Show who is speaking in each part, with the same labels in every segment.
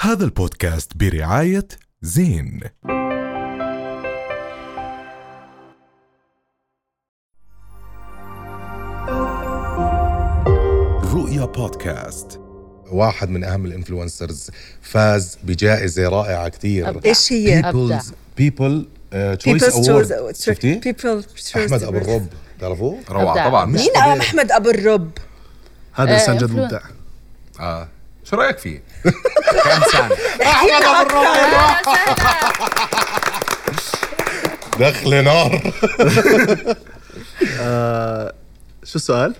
Speaker 1: هذا البودكاست برعاية زين رؤيا بودكاست
Speaker 2: واحد من اهم الانفلونسرز فاز بجائزه رائعه كثير
Speaker 3: أبدع. إيش هي؟
Speaker 4: أبدع.
Speaker 2: بيبلز بيبل تشويس
Speaker 3: People's Choice
Speaker 2: اوورد
Speaker 3: Award.
Speaker 2: uh, شفتي
Speaker 3: People's Choice
Speaker 2: احمد ابو
Speaker 3: Award.
Speaker 2: الرب تعرفوه
Speaker 4: أبدع.
Speaker 5: روعة طبعا
Speaker 2: مش
Speaker 3: مين
Speaker 2: طبيعي.
Speaker 3: احمد ابو الرب؟
Speaker 5: هذا
Speaker 4: إيه،
Speaker 5: انسان جد
Speaker 4: influencer.
Speaker 5: مبدع
Speaker 2: اه
Speaker 5: شو رايك فيه؟ كإنسان
Speaker 2: احمد ابو الرب دخل نار
Speaker 5: شو السؤال؟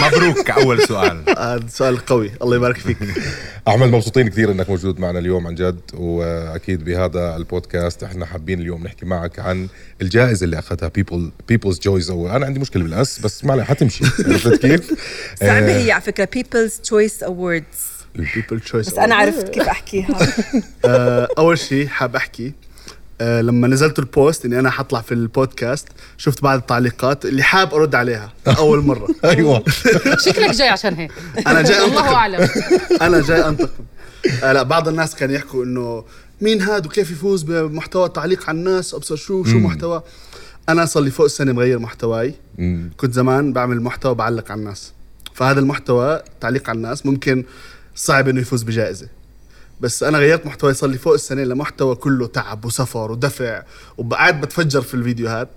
Speaker 5: مبروك اول سؤال
Speaker 4: هذا آه، سؤال قوي الله يبارك فيك
Speaker 2: احمد مبسوطين كثير انك موجود معنا اليوم عن جد واكيد بهذا البودكاست احنا حابين اليوم نحكي معك عن الجائزه اللي اخذها بيبل بيبلز جويز اول انا عندي مشكله بالاس بس ما عليه حتمشي عرفت كيف؟
Speaker 3: صعبة
Speaker 2: آه،
Speaker 3: هي على فكرة People's Choice Awards
Speaker 4: People Choice
Speaker 3: بس أنا عرفت كيف أحكيها
Speaker 4: آه، اول شيء حاب احكي آه، لما نزلت البوست اني انا حطلع في البودكاست شفت بعض التعليقات اللي حاب ارد عليها اول مره
Speaker 2: ايوه
Speaker 6: شكلك جاي عشان هيك
Speaker 4: انا جاي
Speaker 6: الله
Speaker 4: انتقم
Speaker 6: اعلم
Speaker 4: انا جاي انتقم آه، لا بعض الناس كانوا يحكوا انه مين هاد وكيف يفوز بمحتوى تعليق على الناس ابصر شو شو محتوى انا صار لي فوق السنه مغير محتواي
Speaker 2: مم.
Speaker 4: كنت زمان بعمل محتوى بعلق على الناس فهذا المحتوى تعليق على الناس ممكن صعب انه يفوز بجائزه بس انا غيرت محتواي صار لي فوق السنه لمحتوى كله تعب وسفر ودفع وقاعد بتفجر في الفيديوهات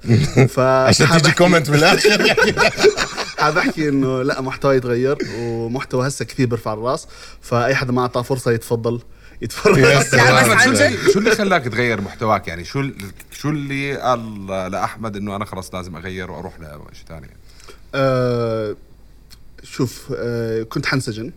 Speaker 4: ف
Speaker 2: عشان تيجي كومنت بالاخر
Speaker 4: حاب احكي انه لا محتوى تغير ومحتوى هسه كثير بيرفع الراس فاي حدا ما اعطاه فرصه يتفضل يتفرج
Speaker 2: يس.
Speaker 3: لا بس
Speaker 5: أحمد، شو
Speaker 3: عن جد
Speaker 5: اللي- شو اللي خلاك تغير محتواك يعني شو ال- شو اللي قال لاحمد انه انا خلص لازم اغير واروح لشيء ثاني
Speaker 4: آه شوف آه كنت حنسجن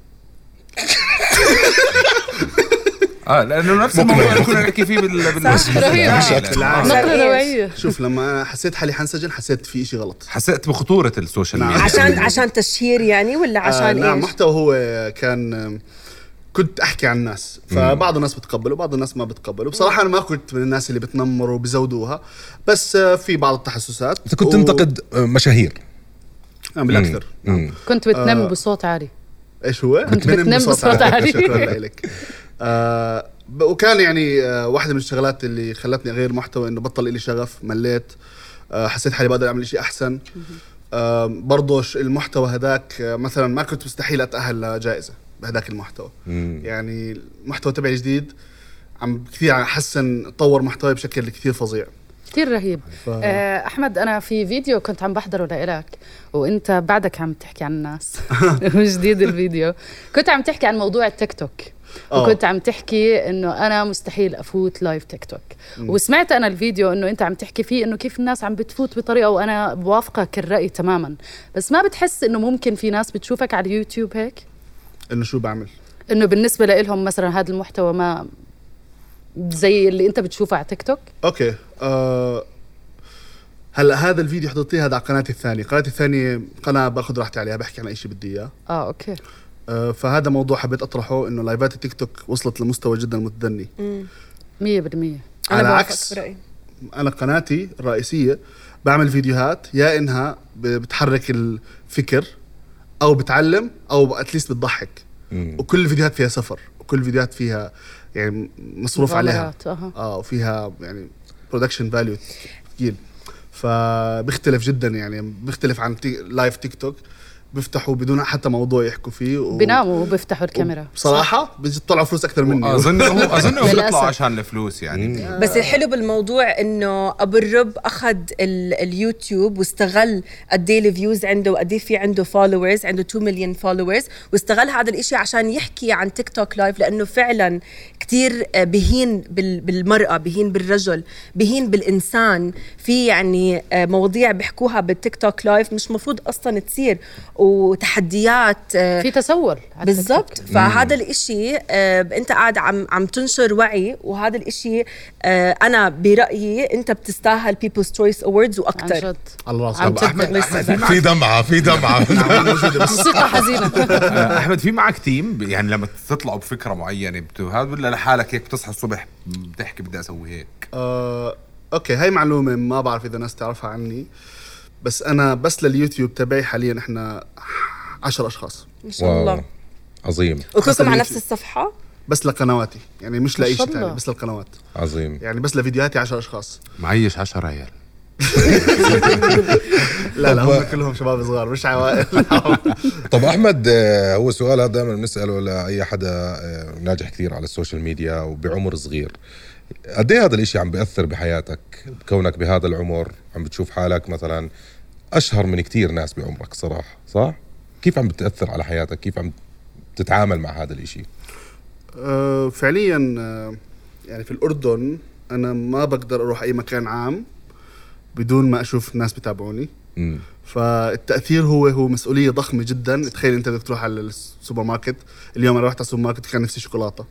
Speaker 5: اه لانه نفس الموضوع اللي كنا نحكي فيه بال بال-
Speaker 6: رهيب.
Speaker 5: بالعالم.
Speaker 2: بشكل
Speaker 5: آه.
Speaker 3: عام.
Speaker 6: نقرة نوعية
Speaker 4: شوف لما أنا حسيت حالي حنسجن حسيت في إشي غلط
Speaker 5: حسيت بخطوره السوشيال ميديا
Speaker 3: عشان عشان تشهير يعني ولا عشان
Speaker 4: نعم
Speaker 3: إيش؟
Speaker 4: محتوى هو كان كنت احكي عن الناس فبعض الناس بتقبله وبعض الناس ما بتقبله بصراحه انا ما كنت من الناس اللي بتنمروا وبزودوها بس آه، في بعض التحسسات
Speaker 2: انت كنت تنتقد آه، مشاهير
Speaker 4: نعم بالاكثر
Speaker 2: مم.
Speaker 6: كنت
Speaker 5: آه.
Speaker 6: بتنم بصوت عالي
Speaker 4: ايش هو؟
Speaker 6: كنت بتنام بصوت عالي.
Speaker 4: شكرا لك آه ب- وكان يعني آه واحدة من الشغلات اللي خلتني أغير محتوى إنه بطل إلي شغف مليت آه حسيت حالي بقدر أعمل إشي أحسن آه برضو ش- المحتوى هذاك آه مثلا ما كنت مستحيل أتأهل لجائزة بهذاك المحتوى يعني المحتوى تبعي الجديد عم كثير عم حسن طور محتواي بشكل كثير فظيع
Speaker 6: كثير رهيب آه، احمد انا في فيديو كنت عم بحضره لإلك وانت بعدك عم تحكي عن الناس جديد الفيديو كنت عم تحكي عن موضوع التيك توك
Speaker 4: آه.
Speaker 6: وكنت عم تحكي انه انا مستحيل افوت لايف تيك توك وسمعت انا الفيديو انه انت عم تحكي فيه انه كيف الناس عم بتفوت بطريقه وانا بوافقك الراي تماما بس ما بتحس انه ممكن في ناس بتشوفك على اليوتيوب هيك
Speaker 4: إنه شو بعمل
Speaker 6: انه بالنسبه لهم مثلا هذا المحتوى ما زي اللي انت بتشوفه على تيك توك
Speaker 4: اوكي آه هلا هذا الفيديو حضرتيه هذا على قناتي الثانيه، قناتي الثانيه قناه باخذ راحتي عليها بحكي عن اي شيء بدي اياه،
Speaker 6: اه اوكي
Speaker 4: آه فهذا موضوع حبيت اطرحه انه لايفات التيك توك وصلت لمستوى جدا متدني،
Speaker 6: 100%
Speaker 3: أنا
Speaker 4: على
Speaker 3: بوافقك
Speaker 4: عكس-
Speaker 3: برأيي.
Speaker 4: انا قناتي الرئيسيه بعمل فيديوهات يا انها ب- بتحرك الفكر او بتعلم او اتليست بتضحك وكل الفيديوهات فيها سفر، وكل الفيديوهات فيها يعني مصروف عليها
Speaker 6: مغامرات، أها.
Speaker 4: اه وفيها يعني برودكشن فاليو ثقيل فبيختلف جدا يعني بيختلف عن تي... لايف تيك توك بيفتحوا بدون حتى موضوع يحكوا فيه و...
Speaker 6: بيناموا وبيفتحوا الكاميرا
Speaker 4: بصراحة بيطلعوا فلوس أكثر مني
Speaker 5: اظن هو اظن هو بيطلعوا
Speaker 6: للأسف.
Speaker 5: عشان الفلوس يعني
Speaker 3: بس الحلو بالموضوع انه ابو الرب اخذ ال- اليوتيوب واستغل قد ايه الفيوز عنده وقد ايه في عنده فولورز عنده 2 مليون فولورز واستغل هذا الاشي عشان يحكي عن تيك توك لايف لانه فعلا كتير آه، بهين بال- بالمراه بهين بالرجل بهين بالانسان في يعني آه، مواضيع بيحكوها بالتيك توك لايف مش مفروض اصلا تصير وتحديات آه،
Speaker 6: في تسول على التيك توك.
Speaker 3: بالضبط فهذا الاشي آه، انت قاعد عم عم تنشر وعي وهذا الاشي آه، انا برايي انت بتستاهل بيبلز تشويس اووردز
Speaker 6: عن
Speaker 4: طيب.
Speaker 3: واكثر
Speaker 6: جد
Speaker 4: على الراس
Speaker 6: عم
Speaker 4: طبعاً.
Speaker 6: تبدأ
Speaker 5: نعم.
Speaker 2: في دمعه في دمعه
Speaker 4: نعم.
Speaker 6: موسيقى حزينه
Speaker 5: آه، احمد في معك تيم ب- يعني لما تطلعوا بفكره معينه بتو- هذا ولا لحالك هيك بتصحى الصبح بتحكي بدي اسوي هيك
Speaker 4: آه، اوكي هاي معلومه ما بعرف اذا ناس تعرفها عني بس انا بس لليوتيوب تبعي حاليا احنا 10 اشخاص
Speaker 3: ان شا الله
Speaker 2: عظيم
Speaker 3: وكلكم
Speaker 4: خاصة
Speaker 3: على
Speaker 4: اليوتيوب.
Speaker 3: نفس الصفحه
Speaker 4: بس لقنواتي يعني مش
Speaker 6: ما
Speaker 4: لاي
Speaker 6: شاء
Speaker 4: شيء ثاني
Speaker 6: الله.
Speaker 4: بس للقنوات
Speaker 2: عظيم
Speaker 4: يعني بس لفيديوهاتي 10 اشخاص
Speaker 5: معيش 10 عيال
Speaker 4: لا لا هم كلهم شباب صغار مش عوائل
Speaker 2: طب احمد آه، هو سؤال هذا دائما بنساله لاي حدا آه، ناجح كثير على السوشيال ميديا وبعمر صغير قد ايه هذا الاشي عم بياثر بحياتك كونك بهذا العمر عم بتشوف حالك مثلا اشهر من كثير ناس بعمرك صراحه صح كيف عم بتاثر على حياتك كيف عم تتعامل مع هذا الاشي
Speaker 4: آه، فعليا آه، يعني في الاردن انا ما بقدر اروح اي مكان عام بدون ما اشوف ناس بتابعوني
Speaker 2: امم
Speaker 4: فالتاثير هو هو مسؤوليه ضخمه جدا تخيل انت بدك تروح على السوبر ماركت اليوم انا رحت على السوبر ماركت كان نفسي شوكولاته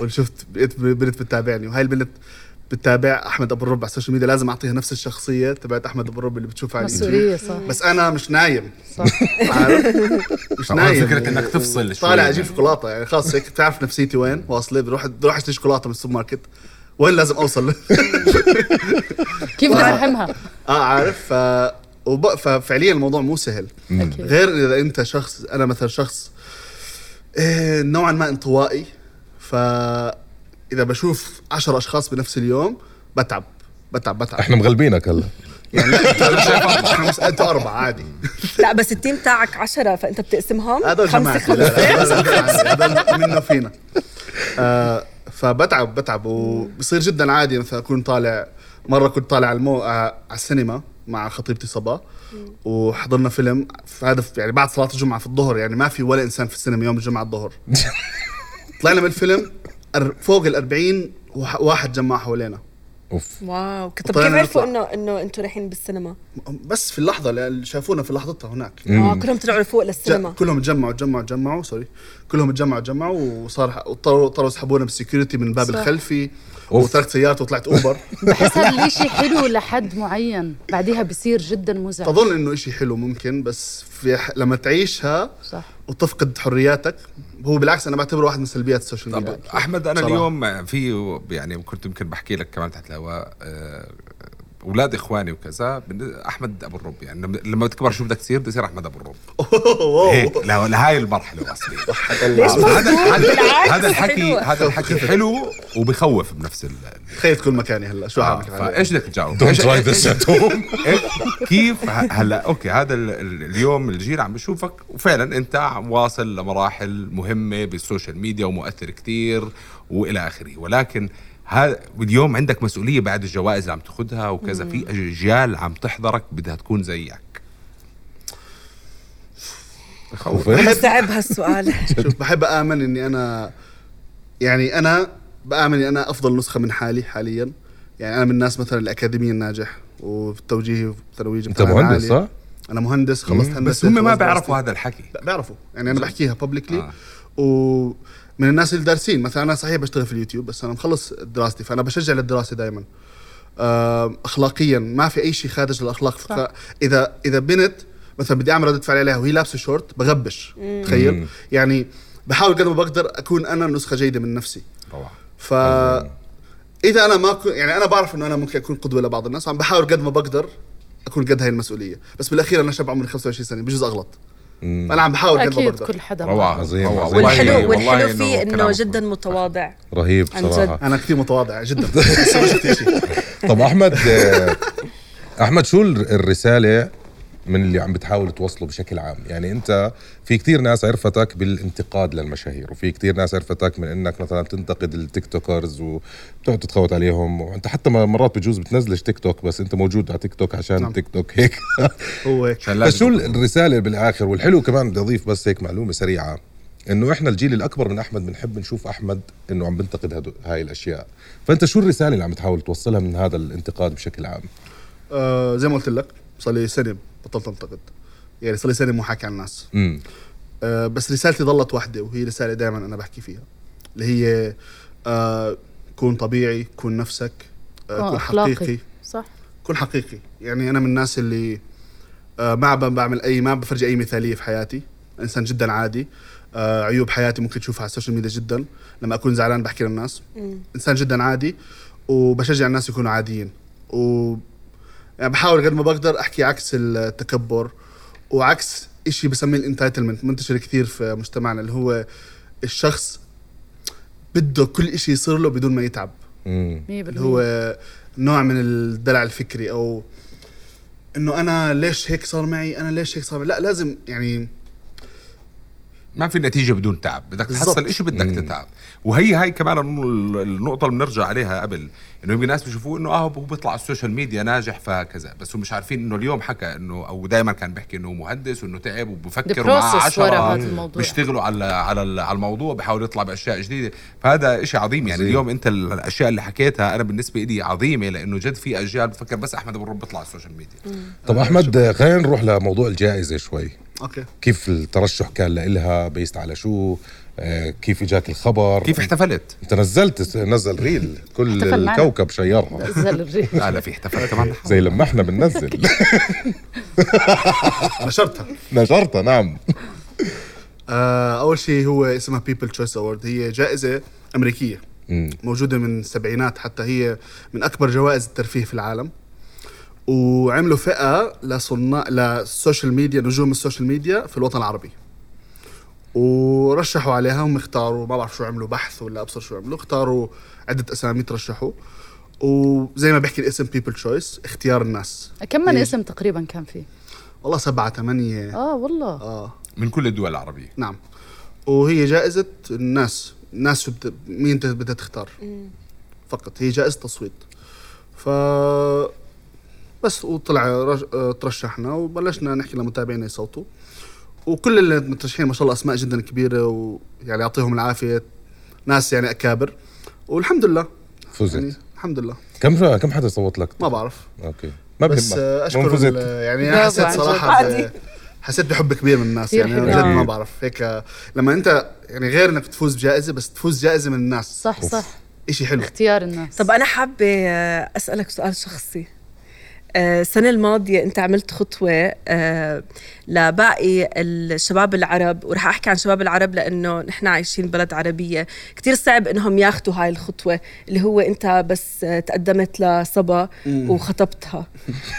Speaker 4: وشفت بنت بنت بتتابعني وهاي البنت بتتابع احمد ابو الرب على السوشيال ميديا لازم اعطيها نفس الشخصيه تبعت احمد ابو الرب اللي بتشوفها على اليوتيوب
Speaker 6: مسؤوليه صح
Speaker 4: بس انا مش نايم
Speaker 6: صح
Speaker 4: عارف؟ مش
Speaker 5: طبعاً
Speaker 4: نايم
Speaker 5: فكرة إنك تفصل شوي
Speaker 4: طالع
Speaker 5: يعني.
Speaker 4: اجيب شوكولاته يعني خلص هيك بتعرف نفسيتي وين واصله بروح بروح اشتري شوكولاته من السوبر ماركت وين لازم اوصل
Speaker 6: كيف بدي افهمها
Speaker 4: اه عارف ف وب... ففعليا الموضوع مو سهل
Speaker 6: اكيد
Speaker 4: غير اذا انت شخص انا مثلا شخص آه، نوعا ما انطوائي ف اذا بشوف 10 اشخاص بنفس اليوم بتعب بتعب بتعب يعني
Speaker 2: احنا مغلبينك هلا
Speaker 4: خمس انتوا اربعه عادي
Speaker 3: لا بس التيم تاعك عشرة فانت بتقسمهم
Speaker 4: هذول
Speaker 3: خمسة
Speaker 4: جماعتي لا،
Speaker 3: خمسة
Speaker 4: لا، هذول جماعتي، هذول منا فينا آه، فبتعب بتعب وبصير جدا عادي مثلا اكون طالع مره كنت طالع على المو... آه، على السينما مع خطيبتي صبا وحضرنا فيلم هذا في- يعني بعد صلاه الجمعه في الظهر يعني ما في ولا انسان في السينما يوم الجمعه الظهر طلعنا من الفيلم أر- فوق ال 40 وح- واحد جمع حوالينا
Speaker 2: اوف
Speaker 3: واو طب
Speaker 4: وطلعنا
Speaker 3: كيف عرفوا
Speaker 4: طيب، نطلع.
Speaker 3: انه انه انتوا رايحين بالسينما؟
Speaker 4: بس في اللحظه اللي شافونا في لحظتها هناك
Speaker 3: اه كلهم طلعوا فوق
Speaker 4: جا
Speaker 3: للسينما
Speaker 4: كلهم تجمعوا تجمعوا تجمعوا سوري كلهم تجمعوا تجمعوا وصار اضطروا اضطروا يسحبونا بالسكيورتي من الباب
Speaker 6: صح.
Speaker 4: الخلفي
Speaker 2: أوف.
Speaker 4: وتركت سيارتي وطلعت اوبر
Speaker 6: بحس هذا الشيء حلو لحد معين بعديها بصير جدا مزعج
Speaker 4: تظن انه إشي حلو ممكن بس في ح... لما تعيشها
Speaker 6: صح
Speaker 4: وتفقد حرياتك هو بالعكس انا بعتبره واحد من سلبيات السوشيال
Speaker 5: طب
Speaker 4: ميديا
Speaker 5: احمد انا
Speaker 4: يعني صراحة.
Speaker 5: اليوم في يعني كنت يمكن بحكي لك كمان تحت الهواء آه، اولاد اخواني وكذا بالن- احمد ابو الرب يعني لما- لما تكبر شو بدك تصير بدي اصير احمد ابو الرب هيك لا- لهاي المرحله واصلين
Speaker 3: ليش
Speaker 5: هذا
Speaker 3: بالعكس،
Speaker 5: هذا الحكي
Speaker 3: حلوة.
Speaker 5: هذا الحكي حلو وبخوف بنفس ال
Speaker 4: تخيل تكون مكاني هلا شو
Speaker 5: آه،
Speaker 4: عامل حالي؟
Speaker 5: فايش بدك تجاوب؟
Speaker 2: دونت
Speaker 5: إيش-
Speaker 2: تراي
Speaker 5: إيش-
Speaker 2: ذس ات هوم
Speaker 5: إيه؟ كيف ه- هلا اوكي هذا ال- ال- اليوم الجيل عم بشوفك وفعلا انت عم واصل لمراحل مهمه بالسوشيال ميديا ومؤثر كتير والى اخره ولكن هذا اليوم عندك مسؤوليه بعد الجوائز اللي عم تاخذها وكذا في اجيال عم تحضرك بدها تكون زيك
Speaker 3: صعب هالسؤال
Speaker 4: شوف بحب امن اني انا يعني انا بامن اني انا افضل نسخه من حالي حاليا يعني انا من الناس مثلا الاكاديمي الناجح والتوجيهي والثانويه جبت
Speaker 2: انت
Speaker 4: علامة
Speaker 2: مهندس
Speaker 4: عالية.
Speaker 2: صح؟
Speaker 4: انا مهندس خلصت هندسه
Speaker 5: بس هم ما
Speaker 4: خلصت
Speaker 5: بيعرفوا
Speaker 4: دراستي.
Speaker 5: هذا الحكي
Speaker 4: لا بيعرفوا يعني انا
Speaker 5: زين.
Speaker 4: بحكيها بابليكلي
Speaker 5: آه.
Speaker 4: آه. ومن الناس اللي دارسين مثلا انا صحيح بشتغل في اليوتيوب بس انا مخلص دراستي فانا بشجع للدراسه دائما اخلاقيا ما في اي شيء خارج الاخلاق فق- اذا اذا بنت مثلا بدي اعمل رده فعل عليها وهي لابسه شورت بغبش تخيل يعني بحاول قد ما بقدر اكون انا نسخه جيده من نفسي
Speaker 5: روعه
Speaker 4: ف اذا انا ما كنت يعني انا بعرف انه انا ممكن اكون قدوه لبعض الناس عم بحاول قد ما بقدر اكون قد هاي المسؤوليه بس بالاخير انا شاب عمري 25 سنه بجوز اغلط فانا عم بحاول قد ما
Speaker 6: اكيد
Speaker 4: بقدر
Speaker 6: كل حدا
Speaker 5: روعه
Speaker 2: عظيم،
Speaker 5: روعة.
Speaker 2: عظيم.
Speaker 5: والله-
Speaker 3: والحلو
Speaker 5: والله
Speaker 3: والحلو فيه انه
Speaker 5: كلامك
Speaker 3: جدا متواضع
Speaker 2: رهيب
Speaker 3: عن جد.
Speaker 2: صراحه
Speaker 4: انا كثير متواضع جدا
Speaker 2: طب احمد آه، احمد شو الر- الرساله من اللي عم بتحاول توصله بشكل عام يعني انت في كتير ناس عرفتك بالانتقاد للمشاهير وفي كتير ناس عرفتك من انك مثلا تنتقد التيك توكرز وبتقعد تتخوت عليهم وانت حتى ما- مرات بجوز بتنزلش تيك توك بس انت موجود على تيك توك عشان
Speaker 4: نعم.
Speaker 2: التيك توك هيك
Speaker 4: هو هيك
Speaker 5: عشان
Speaker 2: بس شو
Speaker 5: لازم-
Speaker 2: الرساله بالاخر والحلو كمان بدي اضيف بس هيك معلومه سريعه انه احنا الجيل الاكبر من احمد بنحب نشوف احمد انه عم بنتقد هدو هاي الاشياء فانت شو الرساله اللي عم تحاول توصلها من هذا الانتقاد بشكل عام
Speaker 4: آه زي ما قلت لك صار لي سنه بطلت انتقد يعني صار لي سنه مو حاكي عن الناس
Speaker 2: امم
Speaker 4: آه بس رسالتي ضلت واحده وهي رساله دائما انا بحكي فيها اللي هي آه كون طبيعي كون نفسك آه
Speaker 6: آه،
Speaker 4: كون
Speaker 6: أخلاقي.
Speaker 4: حقيقي
Speaker 6: صح
Speaker 4: كون حقيقي يعني انا من الناس اللي آه، ما عم بعمل اي ما بفرجي اي مثاليه في حياتي انسان جدا عادي آه، عيوب حياتي ممكن تشوفها على السوشيال ميديا جدا لما اكون زعلان بحكي للناس انسان جدا عادي وبشجع الناس يكونوا عاديين و يعني بحاول قد ما بقدر احكي عكس التكبر وعكس إشي بسميه الانتايتلمنت منتشر كثير في مجتمعنا اللي هو الشخص بده كل إشي يصير له بدون ما يتعب
Speaker 2: مم.
Speaker 4: اللي هو نوع من الدلع الفكري او انه انا ليش هيك صار معي انا ليش هيك صار معي لا لازم يعني
Speaker 5: ما في نتيجة بدون تعب بدك
Speaker 4: بالضبط.
Speaker 5: تحصل شيء بدك تتعب وهي هاي كمان الن- النقطة اللي بنرجع عليها قبل انه يمكن الناس بيشوفوه انه اه هو بيطلع على السوشيال ميديا ناجح فكذا بس هم مش عارفين انه اليوم حكى انه او دائما كان بيحكي انه مهندس وانه تعب
Speaker 6: The
Speaker 5: وبفكر ومعاه
Speaker 6: process ورا
Speaker 5: عشرة
Speaker 6: هذا الموضوع.
Speaker 5: بيشتغلوا على على ال- على الموضوع بحاول يطلع باشياء جديدة فهذا شيء عظيم يعني
Speaker 2: عظيم.
Speaker 5: اليوم انت ال- الاشياء اللي حكيتها انا بالنسبة لي عظيمة لانه جد في اجيال بفكر بس احمد ابو الرب بيطلع على السوشيال ميديا
Speaker 2: طب احمد خلينا نروح لموضوع الجائزه شوي
Speaker 4: اوكي
Speaker 2: كيف الترشح كان لإلها بيست على شو آه، كيف اجاك الخبر
Speaker 5: كيف احتفلت؟
Speaker 2: انت نزلت نزل ريل كل
Speaker 6: احتفل معنا.
Speaker 2: الكوكب شيرها
Speaker 5: لا لا في احتفلت كمان
Speaker 2: زي لما احنا بننزل
Speaker 4: نشرتها
Speaker 2: نشرتها نعم
Speaker 4: آه اول شيء هو اسمها بيبل تشويس اوورد هي جائزه امريكيه
Speaker 2: مم.
Speaker 4: موجوده من السبعينات حتى هي من اكبر جوائز الترفيه في العالم وعملوا فئه لصناع للسوشيال ميديا نجوم السوشيال ميديا في الوطن العربي ورشحوا عليها هم اختاروا ما بعرف شو عملوا بحث ولا ابصر شو عملوا اختاروا عده اسامي ترشحوا وزي ما بحكي الاسم بيبل تشويس اختيار الناس
Speaker 6: كم من اسم تقريبا كان فيه
Speaker 4: والله سبعة ثمانية
Speaker 6: اه والله
Speaker 4: اه
Speaker 5: من كل الدول العربية
Speaker 4: نعم وهي جائزة الناس الناس شو بت... مين بت- بدها تختار فقط هي جائزة تصويت ف بس وطلع رج... آه، ترشحنا وبلشنا نحكي لمتابعينا يصوتوا وكل اللي مترشحين ما شاء الله اسماء جدا كبيره ويعني يعني يعطيهم العافيه ناس يعني اكابر والحمد لله يعني
Speaker 2: فزت
Speaker 4: الحمد لله
Speaker 2: كم كم حدا صوت لك
Speaker 4: ما بعرف
Speaker 2: اوكي ما
Speaker 4: بس
Speaker 2: بهمك المهم
Speaker 4: آه، اشكر
Speaker 2: فزت
Speaker 4: ال- يعني
Speaker 6: برافو
Speaker 4: انا حسيت
Speaker 6: عن جد.
Speaker 4: صراحه
Speaker 3: عادي.
Speaker 4: ب- حسيت بحب كبير من الناس
Speaker 6: كتير
Speaker 4: يعني انا
Speaker 6: حلو.
Speaker 4: جد ما
Speaker 2: أكيد.
Speaker 4: بعرف هيك آه، لما انت يعني غير انك تفوز بجائزه بس تفوز جائزه من الناس
Speaker 6: صح صح
Speaker 4: اشي حلو
Speaker 6: اختيار الناس
Speaker 3: طب انا حابه آه، اسالك سؤال شخصي آه، السنة الماضية أنت عملت خطوة آه، لباقي الشباب العرب ورح أحكي عن شباب العرب لأنه نحن عايشين بلد عربية كتير صعب إنهم ياخدوا هاي الخطوة اللي هو أنت بس آه، تقدمت لصبا وخطبتها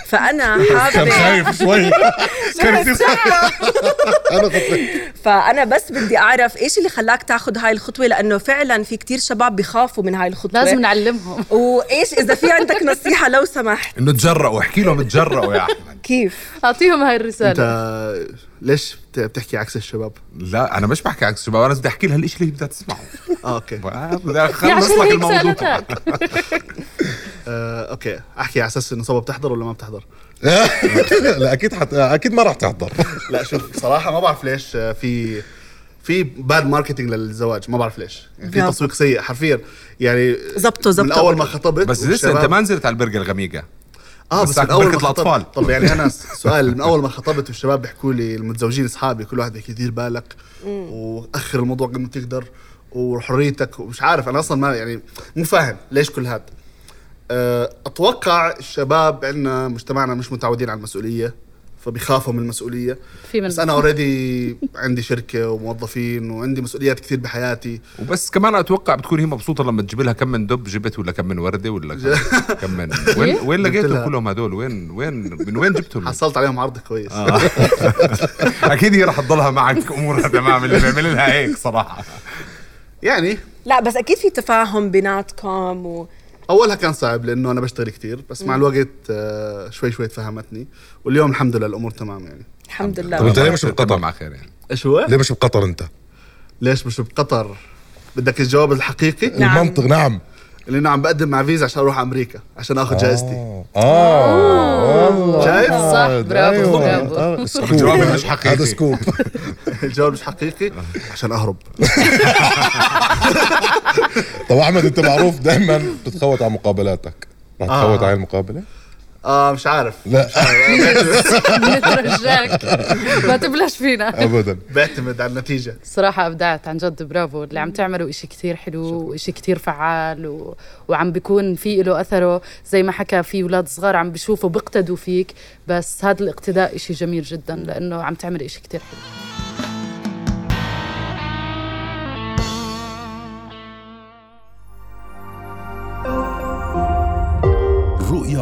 Speaker 3: فأنا
Speaker 2: كان
Speaker 3: حابة
Speaker 2: خايف شوي كان كثير خايف. انا خطيت
Speaker 3: فأنا بس بدي أعرف إيش اللي خلاك تاخد هاي الخطوة لأنه فعلا في كتير شباب بيخافوا من هاي الخطوة
Speaker 6: لازم نعلمهم
Speaker 3: وإيش إذا في عندك نصيحة لو سمحت
Speaker 5: انه تجرأوا احكي لهم تجرأوا يا احمد
Speaker 3: كيف؟
Speaker 6: اعطيهم هاي
Speaker 4: انت
Speaker 6: الرساله
Speaker 4: ليش بت- بتحكي عكس الشباب؟
Speaker 5: لا انا مش بحكي عكس الشباب انا بدي احكي لها الشيء اللي بدها تسمعه
Speaker 4: اه اوكي
Speaker 5: بدي
Speaker 6: يا
Speaker 5: اخلص
Speaker 6: عشان
Speaker 5: لك
Speaker 6: يعني هيك
Speaker 5: الموضوع
Speaker 6: سالتك
Speaker 4: آه، اوكي احكي على اساس انه صبا بتحضر ولا ما بتحضر؟
Speaker 2: لا اكيد حت... اكيد ما راح تحضر
Speaker 4: لا شوف صراحه ما بعرف ليش آه، في في باد ماركتينج للزواج ما بعرف ليش يعني في
Speaker 3: نعم.
Speaker 4: تسويق سيء حرفيا يعني
Speaker 3: زبطوا- زبطوا.
Speaker 4: من اول ما خطبت
Speaker 5: بس لسه
Speaker 4: والشباب-
Speaker 5: انت ما نزلت على البرجر الغميقه
Speaker 4: اه
Speaker 5: بس
Speaker 4: بس من
Speaker 5: تاكل
Speaker 4: اول ما
Speaker 5: بركة الأطفال.
Speaker 4: خطبت طب يعني انا س- سؤال من اول ما خطبت والشباب بيحكوا لي المتزوجين اصحابي كل واحد بيحكي دير بالك واخر الموضوع قد ما تقدر وحريتك ومش عارف انا اصلا ما يعني مو فاهم ليش كل هذا أه، اتوقع الشباب عندنا مجتمعنا مش متعودين على المسؤوليه فبيخافوا من المسؤوليه
Speaker 6: في من
Speaker 4: بس انا اوريدي عندي شركه وموظفين وعندي مسؤوليات كثير بحياتي
Speaker 5: وبس كمان اتوقع بتكون هي مبسوطه لما تجيب لها كم من دب جبت ولا كم من ورده ولا كم- كم من وين وين
Speaker 4: جبت
Speaker 5: لقيتهم
Speaker 4: لها.
Speaker 5: كلهم هدول وين وين من وين جبتهم؟
Speaker 4: حصلت عليهم عرض كويس
Speaker 5: آه. اكيد هي رح تضلها معك امورها تمام اللي بيعمل لها هيك صراحه
Speaker 4: يعني
Speaker 3: لا بس اكيد في تفاهم بيناتكم و...
Speaker 4: اولها كان صعب لانه انا بشتغل كتير بس مع الوقت آه، شوي شوي تفهمتني واليوم الحمد لله الامور تمام يعني
Speaker 3: الحمد
Speaker 2: طب
Speaker 3: لله
Speaker 2: أنت ليه مش بقطر؟
Speaker 5: مع خير يعني
Speaker 4: ايش هو
Speaker 2: ليه مش بقطر انت
Speaker 4: ليش مش بقطر بدك الجواب الحقيقي
Speaker 3: نعم.
Speaker 2: المنطق نعم
Speaker 4: لانه عم بقدم مع فيزا عشان اروح امريكا عشان اخذ جائزتي
Speaker 2: اه والله
Speaker 4: شايف؟
Speaker 6: صح، برافو،
Speaker 2: أيوة.
Speaker 6: برافو.
Speaker 2: آه، سكوب.
Speaker 5: الجواب مش حقيقي.
Speaker 2: هذا سكوب
Speaker 4: الجواب مش حقيقي عشان اهرب
Speaker 2: طب احمد انت معروف دائما بتتخوت على مقابلاتك رح
Speaker 4: آه.
Speaker 2: تتخوت على المقابله
Speaker 4: اه مش عارف
Speaker 2: لا
Speaker 6: نترجاك ما تبلاش فينا
Speaker 2: ابدا
Speaker 4: بعتمد على النتيجه
Speaker 6: صراحة أبدعت عن جد برافو اللي عم تعمله إشي كتير حلو وإشي كتير فعال و... وعم بيكون في له أثره زي ما حكى في أولاد صغار عم بيشوفوا بيقتدوا فيك بس هذا الاقتداء إشي جميل جدا لأنه عم تعمل إشي كتير حلو
Speaker 1: رؤيا